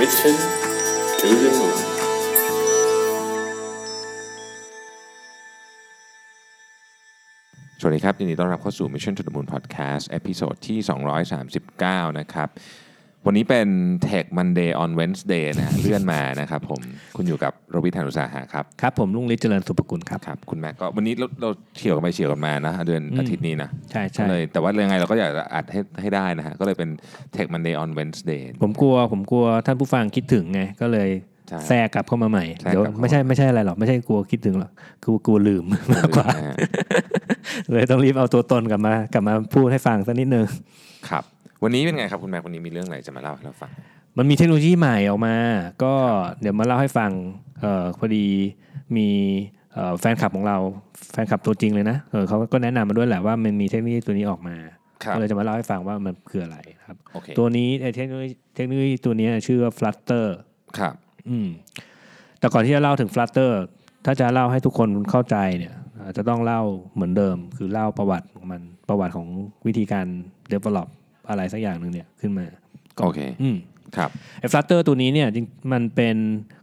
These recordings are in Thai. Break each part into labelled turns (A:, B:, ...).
A: Mission to the Moon
B: สวัสดีครับยินดีต้อนรับเข้าสู่ Mission to the Moon Podcast เอพิโซดที่ 239 นะครับ วันนี้เป็น Tech Monday on Wednesday นะฮ ะ เลื่อนมานะครับผมคุณอยู่กับรวิทยานุตสาหะครับ
C: ครับผมลุงฤทธิ์เจริญสุภกุลครับ
B: ครับ คุณแม่ก็วันนี้เราเราเฉียวกันไปเฉียวกันมานะ เดือน
C: อืม
B: อาทิตย์นี้นะ
C: ใช่ใช่
B: ก็เลยแต่ว่ายังไงเราก็อยากจะอัดให้ให้ได้นะฮะ ก็เลยเป็น Tech Monday on Wednesday
C: ผมกลัวผมกลัวท่านผู้ฟังคิดถึงไง ก็เลย
B: ใช่
C: แทรกกลับเข้ามาใหม่
B: แทรก
C: เดี๋ยว
B: กลับเข้ามา
C: ไม่ใช่ไม่ใช่อะไรหรอกไม่ใช่กลัวคิดถึงหรอกคือกลัวลืม มากกว่า
B: นะฮะ
C: เลยต้องรีบเอาตัวตนกลับมากลับมาพูดให้ฟังสักนิดนึง
B: ครับ วันนี้เป็นไงครับคุณแม่วันนี้มีเรื่องอะไรจะมาเล่าให้เราฟัง
C: มันมีเทคโนโลยีใหม่ออกมา ก็เดี๋ยวมาเล่าให้ฟังเออพอดีมีเอ่อแฟนคลับของเราแฟนคลับตัวจริงเลยนะเออเขาก็แนะนำมาด้วยแหละว่ามันมีเทคโนโลยีตัวนี้ออกมา
B: ครับ
C: ก็เลยจะมาเล่าให้ฟังว่ามันคืออะไรครับ
B: โอเค
C: ตัวนี้ไอ้เทคโนโลยีเทคโนโลยีตัวเนี้ยชื่อว่า Flutter
B: ครับ
C: อืมแต่ก่อนที่จะเล่าถึง Flutter ถ้าจะเล่าให้ทุกคนเข้าใจเนี่ยอาจจะต้องเล่าเหมือนเดิม คือเล่าประวัติของมันประวัติของวิธีการ develop อะไรสักอย่างหนึ่งเนี่ยขึ้นมา
B: โอเค
C: อืม
B: ครับ
C: ไอ้ Flutter ตัวนี้เนี่ยจริงมันเป็น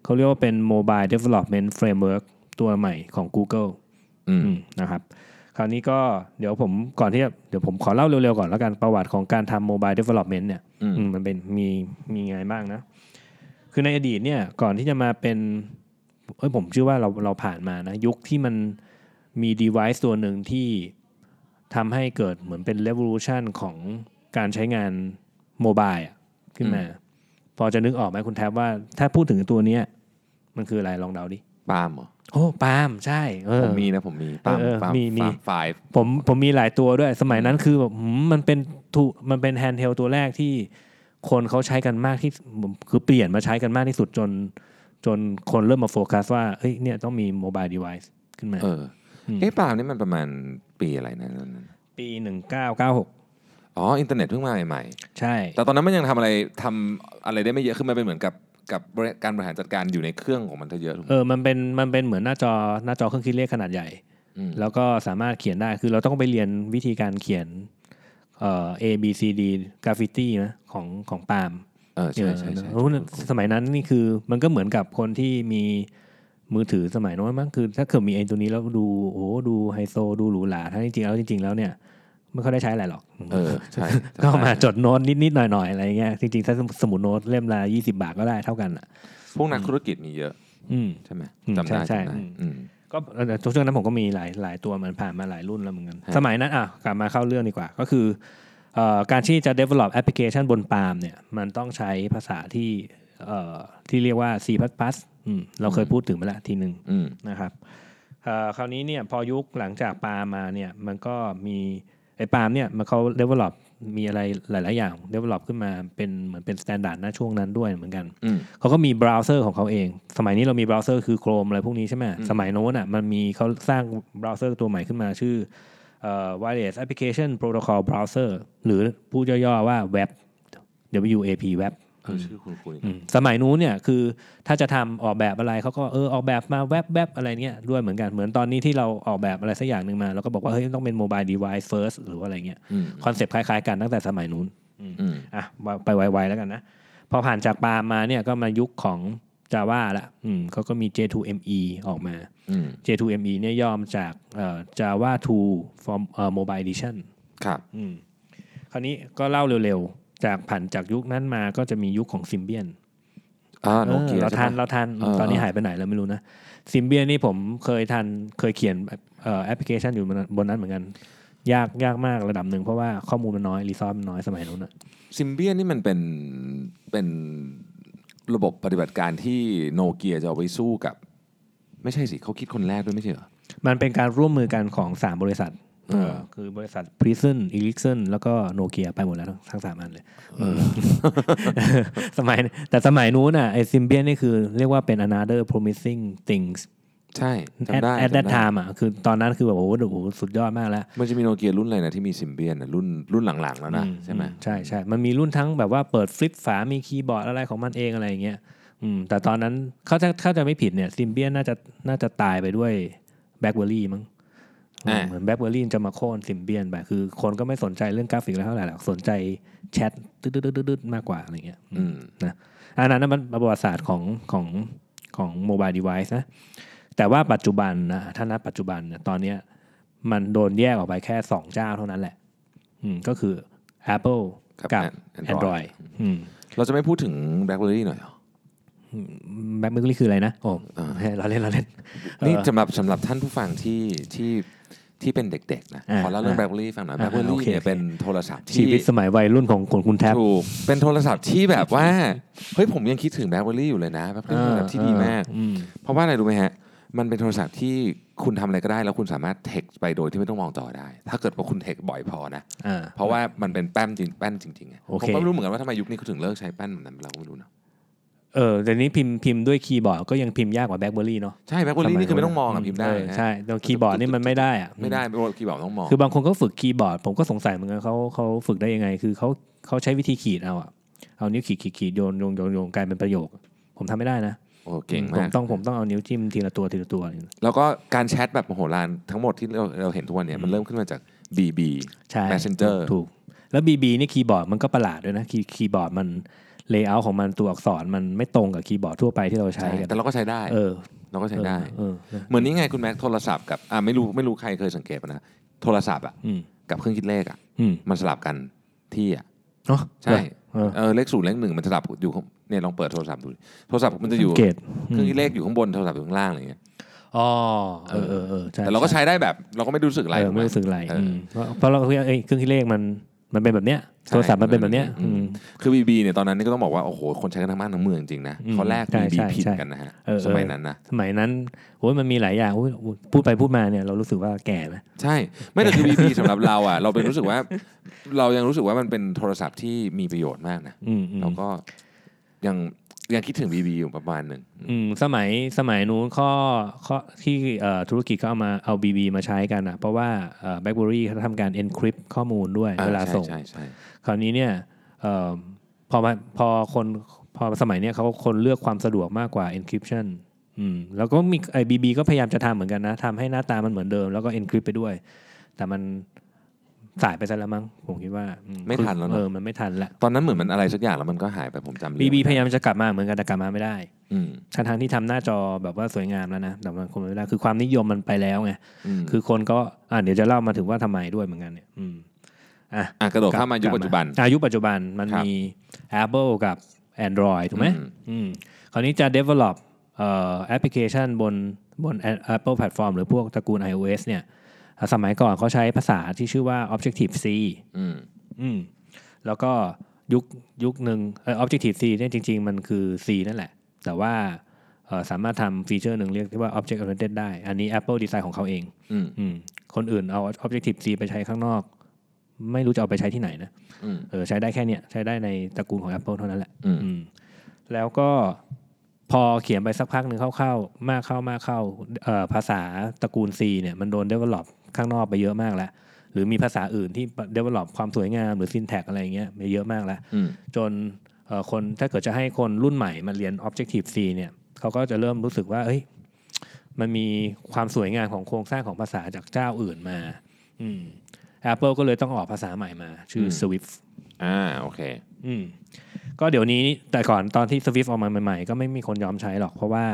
C: เขาเรียกว่าเป็น mobile development framework ตัวใหม่ของ Google
B: อืม
C: อืมนะครับคราวนี้ก็เดี๋ยวผมก่อนที่จะเดี๋ยวผมขอเล่าเร็วๆก่อนแล้วกันประวัติของการทำโมบายเดเวล็อปเมนต์เนี่ย
B: อืม
C: อืมมันเป็นมีมีไงบ้างนะ คือในอดีตเนี่ยก่อนที่จะมาเป็นเอ้ยผมเชื่อว่าเราเราผ่านมานะ ยุคที่มันมี device ตัวหนึ่งที่ทำให้เกิดเหมือนเป็น revolution ของการใช้งานโมบายอะขึ้นมา พอจะนึกออกไหมคุณแทบว่าถ้าพูดถึงตัวเนี้ยมันคืออะไรลองเดาดิ
B: ปาล์มเหรอ
C: โอ้ปาล์มใช่เออ
B: ผมมีนะผมมีปาล์ม
C: เออเออ
B: ปาล์ม
C: มีมี
B: ปาล์มไฟล์
C: ผมผมมีหลายตัวด้วย สมัยนั้นคือแบบหืมมันเป็นถูกมันเป็นแฮนด์เฮลตัวแรกที่คนเขาใช้กันมากที่คือเปลี่ยนมาใช้กันมากที่สุดจน จนคนเริ่มมาโฟกัสว่าเฮ้ยเนี่ยต้องมีโมบายเดเวิ์ขึ้นมา
B: เอออ
C: ม
B: เอ๊ะปาล์มนี่มันประมาณปีอะไรนะนั่นน่ะ
C: ปี 1996
B: อ๋ออินเทอร์เน็ตเพิ่งมาใหม่
C: ใช่
B: ๆแต่ตอนนั้นมันยังทำอะไรทำอะไรได้ไม่เยอะขึ้นมันเป็นเหมือนกับกับบริการบริหารจัดการอยู่ในเครื่องของมันซะเยอะถูกไหม
C: เออมันเป็นมันเป็นเหมือนหน้าจอหน้าจอเครื่องคิดเลขขนาดใหญ่
B: ม
C: แล้วก็สามารถเขียนได้คือเราต้องไปเรียนวิธีการเขียนเอ่อ A B C D กราฟิตี้นะของของปาล์ม
B: เออใช่ใช่ใช่
C: เออนะสมัยนั้นนี่คือมันก็เหมือนกับคนที่มีมือถือสมัยโน้นมั้งคือ ถ้าเกิดมีไอ้ตัวนี้แล้วดูโอ้โหดูไฮโซดูหรูหราทั้งที่จริงแล้วจริง ๆ แล้วเนี่ยไม่ค่อยได้ใช้อะไรหรอก
B: เออใช่
C: ก็เอามาจดโน้ตนิดๆหน่อยๆอะไรเงี้ยจริงๆถ้าสมุดโน้ตเล่มละยี่สิบาทก็ได้เท่ากันอ่ะ
B: พวกนักธุรกิจมีเยอะ
C: อืม
B: ใช่ไหม
C: อืม
B: จำได้
C: ใช่
B: จำ
C: ใช่
B: ได้
C: อืม
B: อืม
C: ก็เอ่อช่วงนั้นผมก็มีหลายหลายตัวมันผ่านมาหลายรุ่นแล้วเหมือนกัน
B: ฮะ
C: สมัยนั้นอ่ะกลับมาเข้าเรื่องดีกว่า ก็คือเอ่อการที่จะ develop แอปพลิเคชันบนปาล์มเนี่ยมันต้องใช้ภาษาที่เอ่อที่เรียกว่า C++ อืมเราเคยพูดถึงไปแล้วทีหนึ่ง
B: อืม
C: นะครับเอ่อคราวนี้เนี่ยพอยุคหลังจากปาล์มมาเนี่ยมันก็มีไอ้ปาล์มเนี่ยมันเขา develop มีอะไรหลาย ๆ อย่าง develop ขึ้นมาเป็นเหมือนเป็น standard ณช่วงนั้นด้วยเหมือนกัน
B: อืม
C: เขาก็มีเบราว์เซอร์ของเขาเอง สมัยนี้เรามีเบราว์เซอร์คือ Chrome อะไรพวกนี้ใช่ไหม สมัยโน้นอ่ะมันมีเขาสร้างเบราว์เซอร์ตัวใหม่ขึ้นมาชื่อเอ่อ Wireless Application Protocol Browser หรือพูดย่อๆว่า Web WAP Web
B: เออชื่อคุณคุณ
C: อืมสมัยนู้นเนี่ยคือถ้าจะทำออกแบบอะไรเขาก็เออออกแบบมาแวบแวบอะไรเนี่ยด้วยเหมือนกันเหมือนตอนนี้ที่เราออกแบบอะไรสักอย่างหนึ่งมาเราก็บอกว่าเฮ้ยต้องเป็นโมบายเดเวิ์ first หรือว่าอะไรเงี้ย
B: อืม
C: คอนเซปต์คล้ายๆกันตั้งแต่สมัยนู้น
B: อืม
C: อ่ะว่าไปไวๆแล้วกันนะ พอผ่านจากปาล์มมาเนี่ยก็มายุคของ Java ละอืมเขาก็มี J2ME ออกมา
B: อืม
C: J2ME เนี่ยย่อมาจากเอ่อ Java 2 from เอ่อ Mobile Edition
B: ครับ
C: อืมคราวนี้ก็เล่าเร็วๆ จากผ่านจากยุคนั้นมาก็จะมียุคของ Symbian
B: อ่าโน
C: เออ
B: เกีย
C: เรา
B: ใช่
C: ทัน
B: ไหม
C: เราทัน
B: เออ
C: ตอนนี้หายไปไหนแล้วไม่รู้นะ Symbian นี่ผมเคยทันเคยเขียนเอ่อแอปพลิเคชันอยู่บนนั้นบนนั้นเหมือนกัน ยากยากมากระดับหนึ่งเพราะว่าข้อมูลมันน้อยรีซอสมันน้อยสมัยนู้นอะ
B: ซิมเบียนนี่มันเป็นเป็นระบบปฏิบัติการที่โนเกียจะเอาไว้สู้กับ ไม่ใช่สิเขาคิดคนแรกด้วยไม่ใช่เหรอ
C: มันเป็นการร่วมมือกันของ 3 บริษัท
B: เออ
C: เออคือบริษัท Prison e l i x o n แล้วก็โนเกียไปหมดแล้วทั้งทั้งสามอันเลย สมัยแต่สมัยนู้นอ่ะไอซิมเบียนนี่คือเรียกว่าเป็น another promising things
B: ใช่จำ
C: at,
B: ได้
C: at that
B: จำได้
C: time อ่ะคือตอนนั้นคือแบบโอ้โหโอ้โหสุดยอดมากแล้ว
B: มันจะมีโนเกียรุ่นอะไรนะที่มีซิมเบียนนะรุ่นรุ่นหลังๆแล้วนะใช่ไหม
C: อืใช่ใช่มันมีรุ่นทั้งแบบว่าเปิดฟลิปฝา มีคีย์บอร์ดอะไรของมันเองอะไรอย่างเงี้ยอืมแต่ตอนนั้นเขาจะเข้าใจไม่ผิดเนี่ยซิมเบียนน่าจะน่าจะตายไปด้วยแบล็คเบอร์รี่มั้ง
B: อ่า
C: เหมือนแบล็คเบอร์รี่จะมาโค่นซิมเบียนไปคือคนก็ไม่สนใจเรื่องกราฟิกแล้วเท่าไหร่หรอกสนใจแชทตืดๆๆๆมากกว่าอะไรเงี้ย
B: อืม
C: นะอันนั้นนะมันประวัติศาสตร์ของของของโมบายเดเวิ์นะ แต่ว่าปัจจุบันนะถ้านับปัจจุบันเนี่ยตอนเนี้ยมันโดนแยกออกไปแค่ 2 เจ้าเท่านั้นแหละ อืมก็คือ Apple
B: ครับ
C: กับ
B: Android
C: Android
B: เราจะไม่พูดถึง BlackBerry หน่อยเหรอ
C: แบ็คเบอร์รี่คืออะไรนะ โอ้
B: อ่า
C: เราเล่นเราเล่น
B: นี่สำหรับสำหรับท่านผู้ฟังที่ที่ที่เป็นเด็กๆนะ
C: อ่า
B: ขอเล่าเรื่อง
C: อ่า
B: BlackBerry ฟังหน่อย
C: อ่า
B: BlackBerry
C: โอเค
B: เนี่ย
C: โอเค
B: เป็นโทรศัพท์
C: ชี
B: ที่
C: วิตสมัยวัยรุ่นของคนคุณแท็บ
B: ถูกเป็นโทรศัพท์ที่แบบว่า เฮ้ยผมยังคิดถึง BlackBerry อยู่เลยนะแบบเป็นโทรศัพท์ที่ดีมาก
C: อืม
B: เพราะว่าอะไรรู้ไหมฮะ มันเป็นโทรศัพท์ที่คุณทำอะไรก็ได้ แล้วคุณสามารถเทคไปโดยที่ไม่ต้องมองจอได้ ถ้าเกิดว่าคุณเทคบ่อยพอนะ
C: อ่า
B: เพราะว่ามันเป็นแป้นจริงแป้นจริงๆอะ
C: โอ
B: ผ
C: เค
B: มก็ไม่รู้เหมือนกันว่าทำไมยุคนี้เขาถึงเลิกใช้แป้นแบบนั้นเราก็ไม่รู้เนอะ
C: เออแต่นี้พิมพ์พิมพ์ด้วยคีย์บอร์ดก็ยังพิมพ์ยากกว่าแบ็คเบอร์รี่เนาะ
B: ใช่แบ็คเบอรี่นี่คือไม่ต้องมองอะพิมพ์ได้
C: เออ
B: นะ
C: ใช่แต่คีย์บอร์ดนี่มันไม่ได้อะ
B: ไม่ได้ไม่ว่าคีย์บอร์ดต้องมอง
C: คือบางคนก็ฝึกคีย์บอร์ด ผมก็สงสัยเหมือนกันเขาเขาฝึกได้ยังไง คือเขาเขาใช้วิธีขีดเอาอะเอานิ้วขีดขีดขีดโยนโยนโยนโยนกลายเป็นประโยค ผมทำไม่ได้นะ
B: โอ้เก่ง
C: ผม
B: มาก
C: ต้องผมต้องเอานิ้วจิ้มทีละตัวทีละตัว
B: แล้วก็การแชทแบบมโหฬารทั้งหมดที่เราเราเห็นทุกวันเนี่ยมันเริ่มขึ้นมาจาก BB
C: ใช่
B: Messenger
C: ถูก แล้ว BB นี่คีย์บอร์ดมันก็ประหลาดด้วยนะ คีย์คีย์บอร์ดมันเลเยอร์ของมันตัวอักษรมันไม่ตรงกับคีย์บอร์ดทั่วไปที่เราใช้
B: ใช่
C: กัน
B: แต่เราก็ใช้ได้
C: เออ
B: เราก็ใช้ได้
C: เออเออ
B: เหมือนนี้ไงคุณแม็กโทรศัพท์กับอ่าไม่รู้ไม่รู้ใครเคยสังเกตปะนะโทรศัพท์อ่ะ
C: อืม
B: กับเครื่องคิดเลขอ่ะ
C: อืม
B: มันสลับกันที่อ่ะ
C: เนาะ
B: ใช่
C: เออ
B: เออเลขศูนย์เลขหนึ่งมันสลับอยู่ข้างเนี่ยลองเปิดโทรศัพท์ดูดิโทรศัพท์มันจะอยู่
C: สังเกต
B: เครื่องคิดเลขอยู่ข้างบนโทรศัพท์อยู่ข้างล่างอะไรเงี้ย
C: อ๋อเออเออเออใช่
B: แต่เราก็ใช้ได้แบบเราก็ไม่รู้สึกอะไร
C: เออ
B: ถูกห
C: ไม่รู้สึกอะไร
B: เอ
C: อื
B: อ
C: มเพราะเพราะเราเอ้ยเครื่องคิดเลขมันมันเป็นแบบเนี้ยโทรศัพท์มันเป็นแบบเนี้ย
B: อืม
C: อืม
B: คือ BB เนี่ยตอนนั้นนี่ก็ต้องบอกว่า โอ้โห คนใช้กันทั้งบ้านทั้งเมืองจริงนะ
C: อืม
B: เขาแลก
C: ใช่
B: BB
C: ใช่
B: ผิด
C: ใช่
B: กันนะฮะ
C: เออ
B: สมัยนั้นนะ
C: สมัยนั้นโอ้ยมันมีหลายอย่างโอ้ยพูดไปพูดมาเนี่ยเรารู้สึกว่าแก่นะ
B: ใช่ ไม่แต่คือ BB สำหรับเราอ่ะเราเป็นรู้สึกว่า เรายังรู้สึกว่ามันเป็นโทรศัพท์ที่มีประโยชน์มากนะ
C: อืมอืม
B: เราก็ยังยังคิดถึง BB อยู่ประมาณหนึ่ง
C: อืมสมัยสมัยนู้นข้อข้อที่เอ่อธุรกิจก็เอามาเอา BB มาใช้กันอ่ะเพราะว่าแบล็คเบอรี่อ BlackBerry เขาทำการ encrypt ข้อมูลด้วยเวลา
B: อ่ใช่
C: ส่ง
B: ใช่ใช่
C: คราวนี้เนี่ยเอ่อพอมาพอคนพอสมัยเนี่ยเขาคนเลือกความสะดวกมากกว่า encryption อืมแล้วก็มีไอ้บีบีก็พยายามจะทำเหมือนกันนะทำให้หน้าตามันเหมือนเดิมแล้วก็ encrypt ไปด้วย แต่มันสายไปซะแล้วมั้งผมคิดว่าอื
B: ไม่ทันแล้ว
C: เอ
B: เน
C: อ
B: อะ
C: มันไม่ทันละ
B: ตอนนั้นเหมือนมันอะไรสักอย่างแล้วมันก็หายไปผมจำเรื่อง
C: บีบี
B: ไม่ได้
C: พยายามจะกลับมาเหมือนกันแต่กลับมาไม่ได้
B: อืม
C: ทั้งทางๆที่ทำหน้าจอแบบว่าสวยงามแล้วนะแต่มันคงไม่ได้คือความนิยมมันไปแล้วไง
B: อืม
C: คือคนก็อ่าเดี๋ยวจะเล่ามาถึงว่าทำไมด้วยเหมือนกันเนี่ยอืมอ่ะ
B: อ่ะกระโดดเข้ามายุคปัจจุบัน
C: อายุคปัจจุบันมัน
B: ครับ
C: มี Apple กับ Android ถูกไหม
B: อืม
C: อืมคราวนี้จะ develop เอ่อแอปพลิเคชันบนบน Apple Platform หรือพวกตระกูล iOS เนี่ยสมัยก่อนเขาใช้ภาษาที่ชื่อว่า Objective C
B: อืม
C: อืมแล้วก็ยุคยุคหนึ่งเออ Objective C เนี่ยจริง ๆ มันคือ C นั่นแหละ แต่ว่าเอ่อสามารถทำฟีเจอร์หนึ่งเรียกที่ว่า Object Oriented ได้ อันนี้ Apple ดีไซน์ของเขาเอง
B: อืม
C: อืมคนอื่นเอา Objective C ไปใช้ข้างนอก ไม่รู้จะเอาไปใช้ที่ไหนนะ
B: อืม
C: เออใช้ได้แค่เนี้ยใช้ได้ในตระกูลของ Apple เท่านั้นแหละ
B: อืม
C: อืมแล้วก็พอเขียนไปสักพักหนึ่งเข้าๆมากเข้ามากเข้าเอ่อภาษาตระกูล C เนี่ยมันโดน develop ข้างนอกไปเยอะมากแล้ว หรือมีภาษาอื่นที่ develop ความสวยงามหรือ syntax อะไรอย่างเงี้ยไปเยอะมากแล้ว
B: อืม
C: จนเอ่อคนถ้าเกิดจะให้คนรุ่นใหม่มาเรียน Objective C เนี่ยเขาก็จะเริ่มรู้สึกว่าเอ้ยมันมีความสวยงามของโครงสร้างของภาษาจากเจ้าอื่นมาอืม Apple ก็เลยต้องออกภาษาใหม่มา ชื่ออ Swift
B: อ่าโอเค
C: อืมก็เดี๋ยวนี้แต่ก่อนตอนที่ Swift ออกมาใหม่ๆ ก็ไม่มีคนยอมใช้หรอก เพราะว่า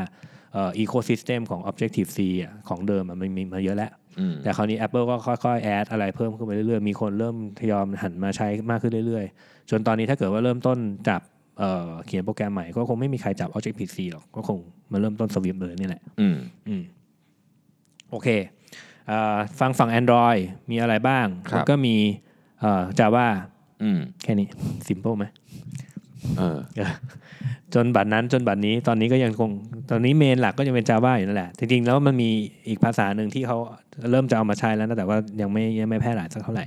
C: เอ่อ ecosystem ของ Objective C อ่ะของเดิมอะมันมีมาเยอะแล้ว
B: อืม
C: แต่คราวนี้ Apple ก็ค่อยๆ แอดอะไรเพิ่มขึ้นไปเรื่อยๆ มีคนเริ่มทยอมหันมาใช้มากขึ้นเรื่อยๆ จนตอนนี้ถ้าเกิดว่าเริ่มต้นจับเอ่อเขียนโปรแกรมใหม่ก็คงไม่มีใครจับ Objective C หรอก ก็คงมาเริ่มต้น Swift เลยนี่แหละ
B: อืม
C: อืมโอเคเอ่อฟังฝั่ง Android มีอะไรบ้าง
B: ครับ
C: มันก็มีเอ่อ Java
B: อืม
C: แค่นี้ simple ไหม
B: เออ
C: เออจนบัดนั้นจนบัดนี้ตอนนี้ก็ยังคงตอนนี้เมนหลักก็ยังเป็น Java อยู่นั่นแหละ จริงๆ แล้วมันมีอีกภาษาหนึ่งที่เขาเริ่มจะเอามาใช้แล้วนะแต่ว่ายังไม่ยังไม่แพร่หลายสักเท่าไหร่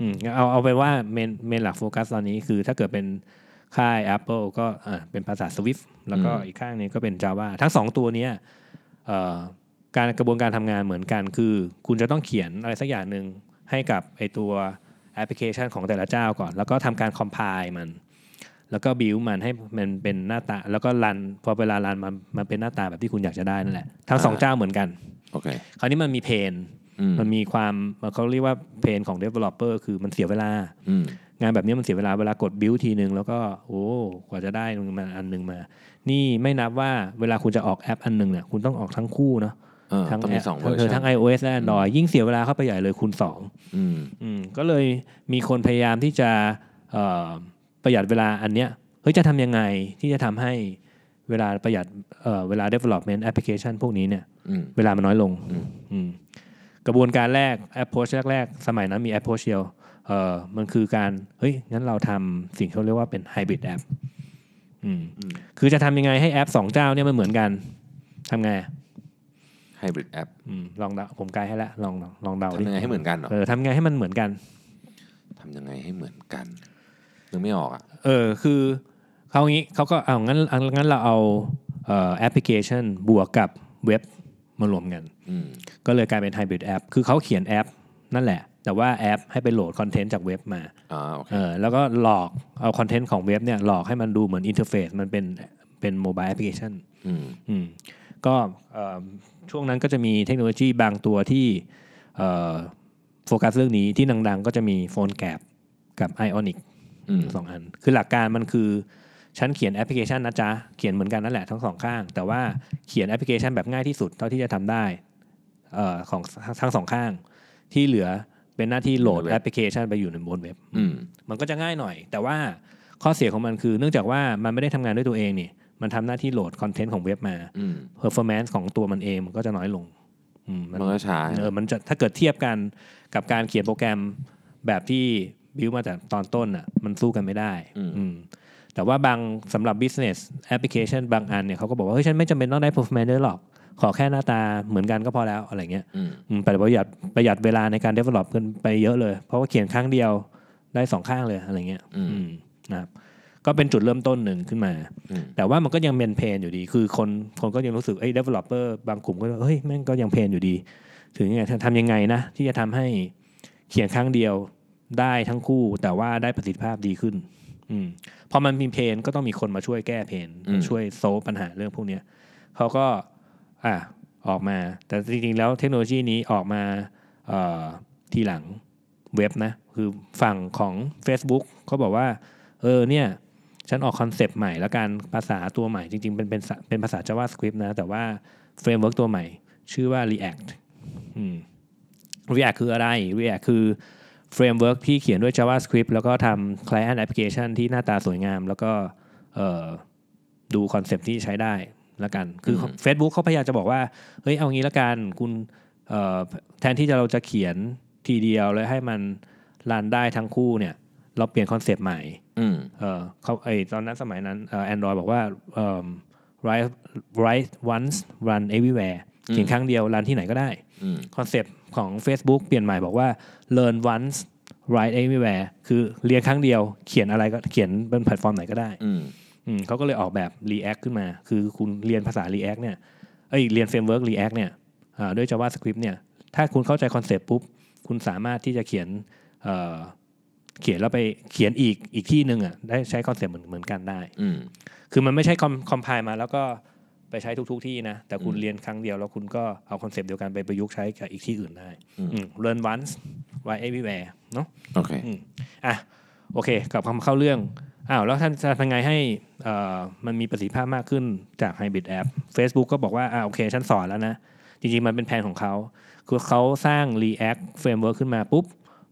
C: อืมเอาเอาเป็นว่าเมนเมนหลักโฟกัสตอนนี้คือถ้าเกิดเป็นค่าย Apple ก็อ่าเป็นภาษา Swift แล้วก็
B: อืม
C: อีกข้างหนึงก็เป็น Java ทั้งสองตัวเนี้ยเอ่อการกระบวนการทำงานเหมือนกันคือ คุณจะต้องเขียนอะไรสักอย่างหนึ่งให้กับไอตัวแอปพลิเคชันของแต่ละเจ้าก่อน แล้วก็ทำการคอมไพล์มัน แล้วก็บิวมันให้มันเป็นหน้าตา แล้วก็รันพอเวลารันมันมันเป็นหน้าตาแบบที่คุณอยากจะได้นั่นแหละทั้งสอง
B: อ่า
C: เจ้าเหมือนกัน
B: โอเค
C: คราวนี้มันมีเพน
B: อืม
C: มันมีความเขาเรียกว่าเพนของ developer คือมันเสียเวลา
B: อืม
C: งานแบบนี้มันเสียเวลาเวลากดบิวทีหนึ่งแล้วก็โอ้กว่าจะได้มันอันหนึ่งมา นี่ไม่นับว่าเวลาคุณจะออกแอปอันหนึ่งเนี่ยคุณต้องออกทั้งคู่เนาะ
B: เออ
C: ทั้ง
B: ต้อง
C: แอ
B: มี
C: ป
B: สองเวอ
C: ทั้ง
B: ร์
C: เธ
B: ชั
C: อทั้
B: น
C: ง iOS และ Android ยิ่งเสียเวลาเข้าไปใหญ่เลยคูณสอง
B: อืม
C: อืมก็เลยมีคนพยายามที่จะเอ่อประหยัดเวลาอันเนี้ยเฮ้ยจะทำยังไงที่จะทำให้เวลาประหยัดเอ่อเวลา development application พวกนี้เนี่ย
B: อืม
C: เวลามันน้อยลง
B: อืม
C: อืมกระบวนการแรก approach แรกๆ สมัยนั้นมี approach เดียวเอ่อมันคือการเฮ้ยงั้นเราทำสิ่งที่เขาเรียกว่าเป็น hybrid app อืมคือจะทำยังไงให้แอปสองเจ้าเนี่ยมันเหมือนกันทำไงอ่ะ
B: ไฮบริดแอป
C: อืมลองเดาผมกายให้ละลองลองลองเดา
B: ทำยังไงให้เหมือนกันเหรอ
C: เออทำไงให้มันเหมือนกัน
B: ทำยังไงให้เหมือนกันนึกไม่ออกอ่ะ
C: เออคือเขางี้เขาก็เอางั้นเอางั้นเราเอาแอปพลิเคชันบวกกับเว็บมารวมกัน
B: อืม
C: ก็เลยกลายเป็นไฮบริดแอปคือเขาเขียนแอป นั่นแหละ แต่ว่าแอปให้ไปโหลดคอนเทนต์จากเว็บมา
B: อ่าโอเค
C: เออแล้วก็หลอกเอาคอนเทนต์ของเว็บเนี่ยหลอกให้มันดูเหมือนอินเทอร์เฟซมันเป็นเป็นโมบายแอปพลิเคชัน
B: อืม
C: อืมก็เอ่อช่วงนั้นก็จะมีเทคโนโลยีบางตัวที่เอ่อโฟกัสเรื่องนี้ที่ดังๆ ก็จะมีโฟนแก p กับ Ionic
B: อืม
C: สองอัน คือหลักการมันคือ ฉันเขียนแอปพลิเคชันนะจ๊ะ เขียนเหมือนกันนั่นแหละทั้งสองข้าง แต่ว่าเขียนแอปพลิเคชันแบบง่ายที่สุดเท่าที่จะทำได้เอ่อของทั้งสองข้าง ที่เหลือเป็นหน้าที่โหลดแอปพลิเคชันไปอยู่ในบนเว็บ
B: อืม
C: มันก็จะง่ายหน่อย แต่ว่าข้อเสียของมันคือเนื่องจากว่ามันไม่ได้ทำงานด้วยตัวเองนี่ มันทำหน้าที่โหลดคอนเทนต์ของเว็บมา
B: อืม
C: performance ของตัวมันเองมันก็จะน้อยลงอืม
B: มั
C: มัน น
B: ก็ช้า
C: เออมันจะถ้าเกิดเทียบกันกับการเขียนโปรแกรมแบบที่บิวมาแต่ตอนต้นอ่ะมันสู้กันไม่ได้อืมแต่ว่าบางสำหรับ business application บางอันเนี่ยเขาก็บอกว่า เฮ้ย ฉันไม่จำเป็นต้องได้ performance ด้วยหรอก ขอแค่หน้าตาเหมือนกันก็พอแล้วอะไรเงี้ย
B: อืม
C: อืมแต่ประหยัดประหยัดเวลาในการ develop กันไปเยอะเลย เพราะว่าเขียนข้างเดียวได้สองข้างเลยอะไรเงี้ย
B: อืม
C: อืมนะครับก็เป็นจุดเริ่มต้นหนึ่งขึ้นมา
B: อืม
C: แต่ว่ามันก็ยังเป็นเพนอยู่ดี คือคนคนก็ยังรู้สึกเอ้ย developer บางกลุ่มก็เฮ้ยแม่งก็ยังเพนอยู่ดี ถึงยังไงทำยังไงนะ ที่จะทำให้เขียนครั้งเดียวได้ทั้งคู่ แต่ว่าได้ประสิทธิภาพดีขึ้น อืมพอมันมีเพนก็ต้องมีคนมาช่วยแก้เพนมาช่วยโซฟปัญหาเรื่องพวกเนี้ยเขาก็อ่ะออกมา แต่จริงๆแล้วเทคโนโลยีนี้ออกมาเอ่อทีหลังเว็บนะ คือฝั่งของ Facebook เขาบอกว่า เออเนี่ย ฉันออกคอนเซปต์ใหม่แล้วกันภาษาตัวใหม่จริง ๆ เป็นเป็นเป็นภาษา JavaScript นะ แต่ว่าเฟรมเวิร์กตัวใหม่ ชื่อว่า React อืม React คืออะไร React คือเฟรมเวิร์กที่เขียนด้วย JavaScript แล้วก็ทำ client application ที่หน้าตาสวยงาม แล้วก็เอ่อดูคอนเซปต์ที่ใช้ได้ละกัน คืออ Facebook เขาพยายามจะบอกว่า เฮ้ยเอางี้ละกันคุณเอ่อแทนที่จะเราจะเขียนทีเดียวแล้วให้มันรันได้ทั้งคู่เนี่ย เราเปลี่ยนคอนเซปต์ใหม่
B: อืม
C: เออเขาไอตอนนั้นสมัยนั้นแอนดรอยบอกว่าเอิ่ม write write once run everywhere เขียนครั้งเดียวรันที่ไหนก็ได้
B: อืม
C: คอนเซปต์ของ Facebook เปลี่ยนใหม่บอกว่า learn once write everywhere คือเรียนครั้งเดียวเขียนอะไรก็เขียนบนแพลตฟอร์มไหนก็ได้
B: อืม
C: อืมเขาก็เลยออกแบบ React ขึ้นมา คือคุณเรียนภาษา React เนี่ยเอ้ยเรียนเฟรมเวิร์ก React เนี่ยอ่าด้วย JavaScript เนี่ยถ้าคุณเข้าใจคอนเซปต์ปุ๊บ คุณสามารถที่จะเขียนเอ่อเขียนแล้วไปเขียนอีกอีกที่หนึ่งอ่ะได้ใช้คอนเซปต์เหมือนเหมือนกันได้
B: อืม
C: คือมันไม่ใช่คอมคอมไพล์มาแล้วก็ไปใช้ทุก ๆ ที่นะ แต่คุณเรียนครั้งเดียวแล้วคุณก็เอาคอนเซปต์เดียวกันไปประยุกต์ใช้กับอีกที่อื่นได้
B: อืม
C: อืม learn once why everywhere เนอะ
B: โอเค
C: อืมอ่ะ โอเค กลับคำเข้าเรื่อง อ้าว แล้วท่านจะทำไงให้เอ่อมันมีประสิทธิภาพมากขึ้นจาก Hybrid App Facebook ก็บอกว่า อ่าโอเค ฉันสอนแล้วนะ จริง ๆ มันเป็นแผนของเขา คือเขาสร้าง React Framework ขึ้นมาปุ๊บ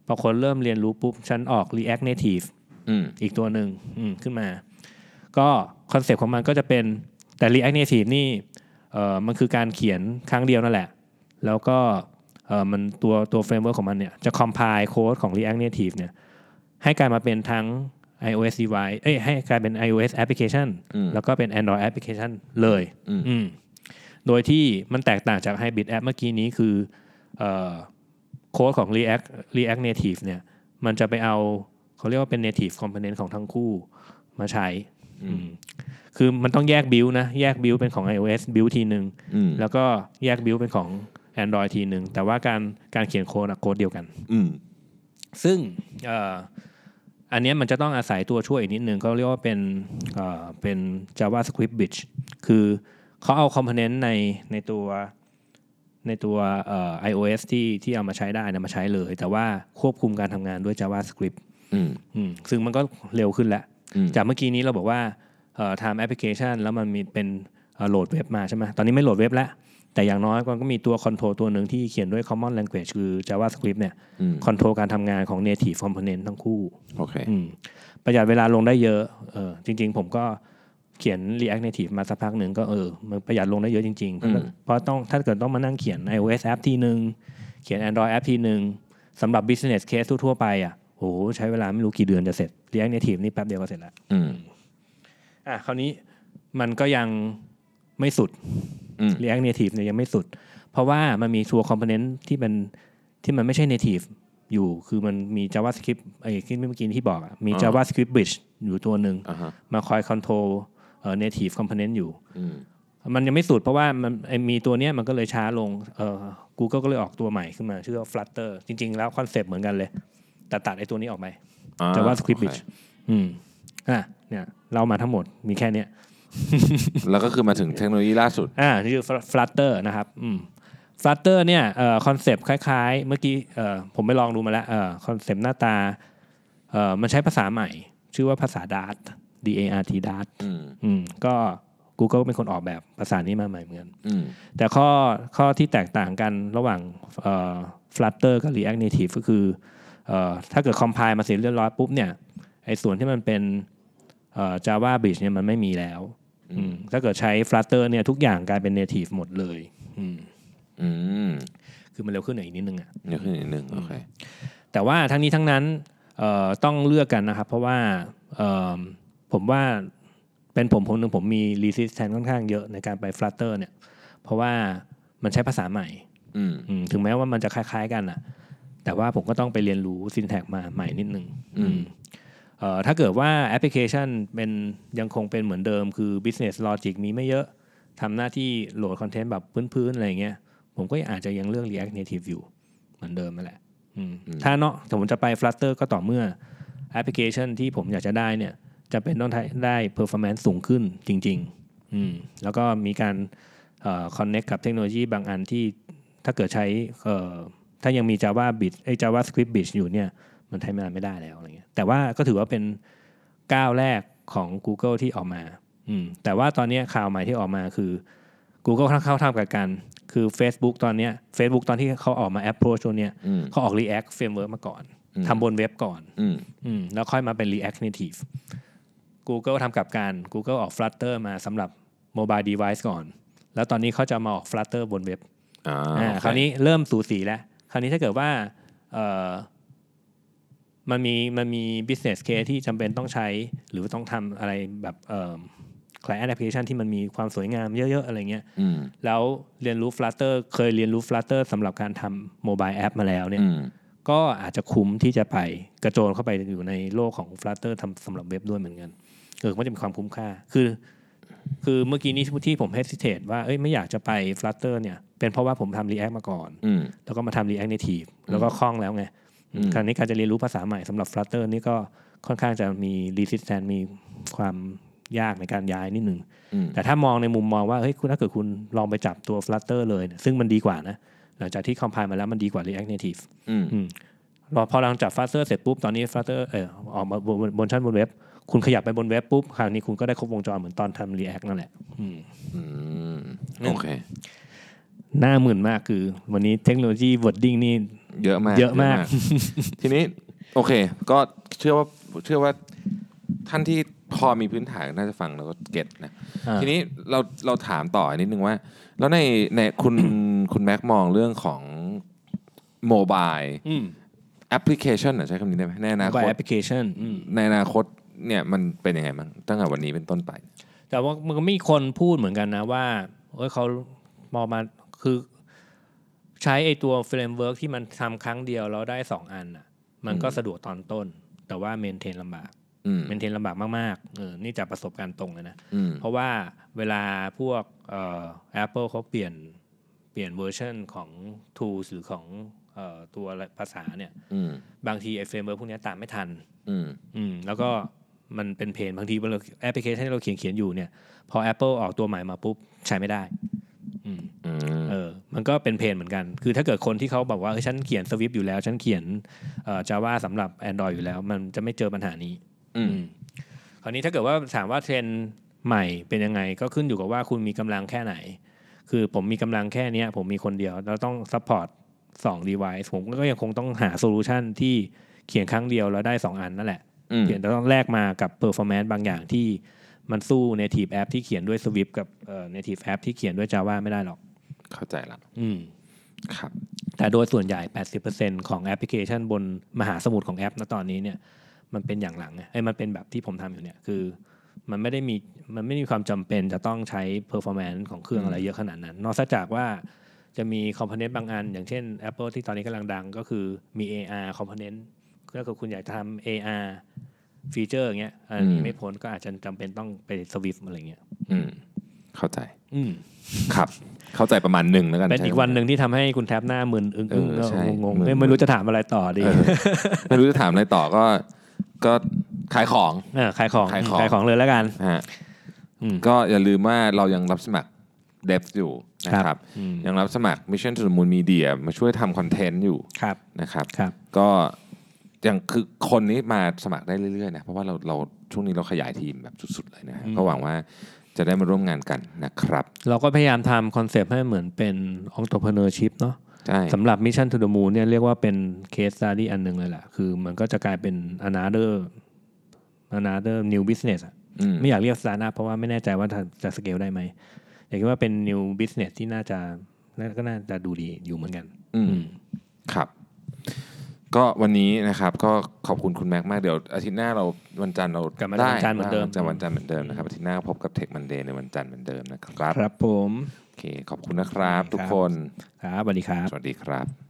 C: พอคนเริ่มเรียนรู้ปุ๊บ ฉันออก React Native
B: อืม
C: อีกตัวหนึ่งอืมขึ้นมา ก็คอนเซปต์ของมันก็จะเป็นแต่ React Native นี่เอ่อมันคือการเขียนครั้งเดียวนั่นแหละ แล้วก็เอ่อมันตัวตัวเฟรมเวิร์ของมันเนี่ยจะคอมไพล์โค้ดของ React Native เนี่ยให้กลายมาเป็นทั้ง iOS device เอ้ยให้กลายเป็น iOS application แล้วก็เป็น Android application เลยอืมโดยที่มันแตกต่างจาก Hybrid App เมื่อกี้นี้คือเอ่อโค้ดของ React React Native เนี่ย มันจะไปเอาเขาเรียกว่าเป็น native component ของทั้งคู่มาใช้ อืมคือมันต้องแยกบิวนะ แยกบิวเป็นของ iOS บิวทีหนึ่ง
B: อืม
C: แล้วก็แยกบิวเป็นของ Android ทีหนึ่งแต่ว่าการการเขียนโค้ดอะโค้ดเดียวกัน
B: อืม
C: ซึ่งเอ่ออันเนี้ยมันจะต้องอาศัยตัวช่วยอีกนิดนึงเขาเรียกว่าเป็นเอ่อเป็น JavaScript bridge คือเขาเอาคอมโพเนนต์ในในตัว ในตัวเอ่อ iOS ที่ที่เอามาใช้ได้นะมาใช้เลย แต่ว่าควบคุมการทำงานด้วย JavaScript
B: อืม
C: อืมซึ่งมันก็เร็วขึ้นแล้ว
B: อืม
C: จากเมื่อกี้นี้เราบอกว่าเอ่อทำแอปพลิเคชันแล้วมันมีเป็นเอ่อโหลดเว็บมาใช่ไหมตอนนี้ไม่โหลดเว็บแล้ว แต่อย่างน้อยมันก็มีตัวคอนโทรลตัวหนึ่งที่เขียนด้วย Common Language คือ JavaScript เนี่ย
B: อืม
C: คอนโทรลการทำงานของ Native Component ทั้งคู่
B: โอเค
C: อืมประหยัดเวลาลงได้เยอะเออจริง ๆ ผมก็เขียน React Native มาสักพักหนึ่งก็เออมันประหยัดลงได้เยอะจริง ๆ เพราะ
B: อืม
C: เพราะต้องถ้าเกิดต้องมานั่งเขียน iOS app ทีหนึ่งเขียน Android app ทีหนึ่งสำหรับ business case ทั่วๆไปอ่ะโอ้โหใช้เวลาไม่รู้กี่เดือนจะเสร็จ React Native นี่แป๊บเดียวก็เสร็จแล้ว
B: อืม
C: อ่ะคราวนี้มันก็ยังไม่สุด
B: อืม
C: React Native เนี่ยยังไม่สุด เพราะว่ามันมีตัว component ที่เป็นที่มันไม่ใช่ native อยู่คือมันมี JavaScript ไอ้ที่เมื่อกี้ที่บอกอะมี
B: อ่า
C: JavaScript bridge อยู่ตัวหนึ่ง
B: อ่าฮะ
C: มาคอย control เอ่อ native component อยู่
B: อืม
C: มันยังไม่สุดเพราะว่ามันไอ้มีตัวเนี้ยมันก็เลยช้าลงเอ่อ Google ก็เลยออกตัวใหม่ขึ้นมา ชื่อว่า Flutter จริง ๆ แล้วคอนเซปต์เหมือนกันเลย แต่ตัดไอ้ตัวนี้ออกไป
B: อ่
C: JavaScript bridge
B: โอเ
C: อืมอ่ะเนี่ยเรามาทั้งหมดมีแค่เนี้ย
B: คแล้วก็คือมาถึงเทคโนโลยีล่าสุด
C: อ่านี่คือ flutter นะครับอืม flutter เนี่ยเอ่อคอนเซปต์คล้ายๆ เมื่อกี้เอ่อผมไปลองดูมาแล้วเอ่อคอนเซปต์หน้าตาเอ่อมันใช้ภาษาใหม่ ชื่อว่าภาษา Dart D A R T Dart
B: อืม
C: อืมก็ Google เป็นคนออกแบบภาษานี้มาใหม่เหมือนกัน
B: อืม
C: แต่ข้อข้อที่แตกต่างกันระหว่างเอ่อ Flutter กับ React Native ก็คือเอ่อถ้าเกิด compile มาเสร็จเรียบร้อยปุ๊บเนี่ยไอ้ส่วนที่มันเป็นเอ่อ Java Bridge เนี่ยมันไม่มีแล้วอืมถ้าเกิดใช้ Flutter เนี่ยทุกอย่างกลายเป็น Native หมดเลยอืม
B: อืม
C: คือมันเร็วขึ้นหน่อยอีกนิดนึงอะ
B: เดี๋ยวขึ้นอีกหนึ่งโอเค
C: แต่ว่าทั้งนี้ทั้งนั้นเอ่อต้องเลือกกันนะครับ เพราะว่าเอิ่มผมว่าเป็นผมผมหนึ่งผมมี resistance ค่อนข้างเยอะในการไป flutter เนี่ย เพราะว่ามันใช้ภาษาใหม่
B: อืม
C: อืมถึงแม้ว่ามันจะคล้ายๆกันอะแต่ว่าผมก็ต้องไปเรียนรู้ syntax มาใหม่นิดนึงอืมเอ่อถ้าเกิดว่าแอปพลิเคชันเป็นยังคงเป็นเหมือนเดิมคือ business logic มีไม่เยอะทำหน้าที่โหลดคอนเทนต์แบบพื้นๆอะไรอย่างเงี้ยผมก็อาจจะยังเลือก React Native อยู่เหมือนเดิมนั่นแหละ อืมถ้าเนาะผมจะไป Flutter ก็ต่อเมื่อแอปพลิเคชันที่ผมอยากจะได้เนี่ยจะเป็นต้องได้ performance สูงขึ้นจริงๆอืมแล้วก็มีการเอ่อ connect กับเทคโนโลยีบางอันที่ถ้าเกิดใช้เอ่อถ้ายังมี Java Bit ไอ้ย JavaScript Bit อยู่เนี่ยมันใช้งานไม่ได้แล้วอะไรเงี้ยแต่ว่าก็ถือว่าเป็นก้าวแรกของ Google ที่ออกมาอืมแต่ว่าตอนเนี้ยข่าวใหม่ที่ออกมาคือ Google ทั้งเข้าทำกับกัน คือ Facebook ตอนเนี้ย Facebook ตอนที่เขาออกมา approach ตัวเนี้ย
B: อืม
C: เขาออก React Framework มาก่อน
B: อืม
C: ทำบนเว็บก่อน
B: อืม
C: อืมแล้วค่อยมาเป็น React Native Google ทำกลับการ Google ออก Flutter มาสำหรับ Mobile Device ก่อน แล้วตอนนี้เขาจะมาออก Flutter บนเว็บ
B: อ่า
C: อ่า
B: โอเ
C: คราวนี้เริ่มสูสีแล้ว คราวนี้ถ้าเกิดว่าเอ่อมันมีมันมี business case ที่จำเป็นต้องใช้ หรือว่าต้องทำอะไรแบบเอ่อ client application ที่มันมีความสวยงามเยอะๆ อะไรเงี้ย
B: อืม
C: แล้วเรียนรู้ Flutter เคยเรียนรู้ Flutter สำหรับการทำ mobile app มาแล้วเนี่ย
B: อืม
C: ก็อาจจะคุ้มที่จะไปกระโจนเข้าไปอยู่ในโลกของ Flutter ทำสำหรับเว็บด้วยเหมือนกันเออมันจะมีความคุ้มค่า คือ คือเมื่อกี้นี้ที่ผม hesitate ว่าเอ้ยไม่อยากจะไป Flutter เนี่ย เป็นเพราะว่าผมทำ React มาก่อน
B: อืม
C: แล้วก็มาทำ React Native แล้วก็คล่องแล้วไง
B: อืม
C: คราวนี้การจะเรียนรู้ภาษาใหม่สำหรับ Flutter นี่ก็ค่อนข้างจะมี resistance มีความยากในการย้ายนิดนึง
B: อืม
C: แต่ถ้ามองในมุมมองว่าเฮ้ยคุณถ้าเกิดคุณลองไปจับตัว Flutter เลยเนี่ยซึ่งมันดีกว่านะหลังจากที่ compile มาแล้วมันดีกว่า React Native
B: อืม
C: อืมรอพอหลังจากฟาสเตอร์เสร็จปุ๊บ ตอนนี้ฟาสเตอร์เออออกมาบนบนบนชั้นบนเว็บ คุณขยับไปบนเว็บปุ๊บ คราวนี้คุณก็ได้ครบวงจรเหมือนตอนทำ React นั่นแหละ อืม
B: อืมโอเค
C: หน้าหมื่นมากคือ วันนี้เทคโนโลยีวอร์ดดิ้งนี่
B: เยอะมาก
C: เยอะมาก
B: ทีนี้ โอเค ก็เชื่อว่าเชื่อว่าท่านที่พอมีพื้นฐานน่าจะฟังแล้วก็เก็ตนะ
C: อ่า
B: ทีนี้เราเราถามต่อนิดนึงว่า แล้วในในคุณ คุณแม็กมองเรื่องของโมบาย
C: อืม
B: แอปพลิเคชันใช้คำนี้ได้ไหมในอนา
C: ก็
B: คต
C: แอปพลิเคชันอืม
B: ในอนาคตเนี่ยมันเป็นยังไงบ้างตั้งแต่วันนี้เป็นต้นไป
C: แต่ว่ามันก็มีคนพูดเหมือนกันนะว่าเอ้ยเขามองมาคือ ใช้ไอตัวเฟรมเวิร์กที่มันทำครั้งเดียวแล้วได้สองอันอ่ะ มันก็สะดวกตอนต้น แต่ว่าเมนเทนลำบาก
B: อืม
C: เมนเทนลำบากมากๆเออนี่จากประสบการณ์ตรงเลยนะ
B: อืม
C: เพราะว่าเวลาพวกเอ่อ Apple เขาเปลี่ยนเปลี่ยนเวอร์ชันของ Tools หรือของเอ่อตัวภาษาเนี่ย
B: อืม
C: บางทีไอ้เฟรมเวิร์กพวกเนี้ยตามไม่ทัน
B: อืม
C: อืมแล้วก็มันเป็นเพนบางทีเราแอปพลิเคชันที่เราเขียนเขียนๆอยู่เนี่ย พอ Apple ออกตัวใหม่มาปุ๊บ ใช้ไม่ได้ อืม
B: อืม
C: เออ มันก็เป็นเพนเหมือนกัน คือถ้าเกิดคนที่เขาบอกว่าเอ้ยฉันเขียนสวิฟอยู่แล้ว ฉันเขียนจาว่าสำหรับ Android อยู่แล้ว มันจะไม่เจอปัญหานี้
B: อืม
C: อืมคราวนี้ถ้าเกิดว่าถามว่าเทรนด์ใหม่เป็นยังไง ก็ขึ้นอยู่กับว่าคุณมีกำลังแค่ไหน คือผมมีกำลังแค่เนี้ยผมมีคนเดียว แล้วต้องซัพพอร์ตสองดีไวซ์ผมก็ยังคงต้องหาโซลูชันที่เขียนครั้งเดียวแล้วได้ 2 อันนั่นแหละ
B: อืม
C: เขียนแต่ต้องแลกมากับเปอร์ฟอร์แมนซ์บางอย่างที่มันสู้ Native App ที่เขียนด้วย Swift กับเอ่อ Native App ที่เขียนด้วย Java ไม่ได้หรอก
B: เข้าใจละ
C: อืม
B: ครับ
C: แต่โดยส่วนใหญ่ 80%ของแอปพลิเคชันบนมหาสมุทรของแอปณตอนนี้เนี่ย มันเป็นอย่างหลังไงเอ้ยมันเป็นแบบที่ผมทำอยู่เนี่ย คือ มันไม่ได้มี มันไม่มีความจำเป็นจะต้องใช้ performance ของเครื่องอะไรเยอะขนาดนั้น นอกจากว่าจะมีคอมโพเนนต์บางอัน อย่างเช่น Apple ที่ตอนนี้กำลังดังก็คือมี AR คอมโพเนนต์ก็คือคุณอยากจะทำ AR ฟีเจอร์อย่างเงี้ยอัน
B: อื
C: นี้
B: ม
C: ไม่พ้นก็อาจจะจำเป็นต้องไปสวิฟอะไรเงี้ย
B: อืม เข้าใจ
C: อืม
B: ครับ เข้าใจประมาณหนึ่งแล้วกัน
C: เป็นอีก
B: ใช้
C: วันหนึ่งที่ทำให้คุณแท็บหน้ามึนอึ้ง
B: เอ
C: อึ้ง
B: อใช่
C: งง
B: มึน
C: ไม่ไม่รู้จะถามอะไรต่อดี
B: เออ ไม่รู้จะถามอะไรต่อก็ก็ขายของ
C: เออขายของ
B: ขายของ
C: ขายของเลยแล้วกัน
B: นะฮะ
C: อืม
B: ก็อย่าลืมว่าเรายังรับสมัครเดฟอยู่นะครับ
C: อืม
B: ยังรับสมัคร Mission to the Moon Media มาช่วยทำคอนเทนต์อยู่
C: ครับ
B: นะครับ
C: ครับ
B: ก็อย่างคือคนนี้มาสมัครได้เรื่อยๆนะเพราะว่าเราเราช่วงนี้เราขยายทีมแบบสุดๆเลยนะฮะ
C: อืม
B: ก็หวังว่าจะได้มาร่วมงานกันนะครับ
C: เราก็พยายามทำคอนเซปต์ให้เหมือนเป็น entrepreneurship เนาะ
B: ใช่
C: สำหรับ Mission to the Moon เนี่ยเรียกว่าเป็น case study อันหนึ่งเลยแหละคือมันก็จะกลายเป็น another another new business อะ
B: อืม
C: ไม่อยากเรียก startup เพราะว่าไม่แน่ใจว่าจะจะ scale ได้ไหมอยากคิดว่าเป็น new business ที่น่าจะน่าก็น่าจะดูดีอยู่เหมือนกัน
B: อืมครับ ก็วันนี้นะครับก็ขอบคุณคุณแม็กซ์มากเดี๋ยวอาทิตย์หน้าเราวันจันทร์เรา
C: กลับมา
B: ได้
C: วันจันทร์เหมือนเดิม
B: จะวันจันทร์เหมือนเดิมนะครับอาทิตย์หน้าพบกับเทคมันเดย์ในวันจันทร์เหมือนเดิมนะครับ
C: ครับผม
B: โอเคขอบคุณนะครับ ทุกคน
C: ครับสวัสดีครับ
B: สวัสดีครับ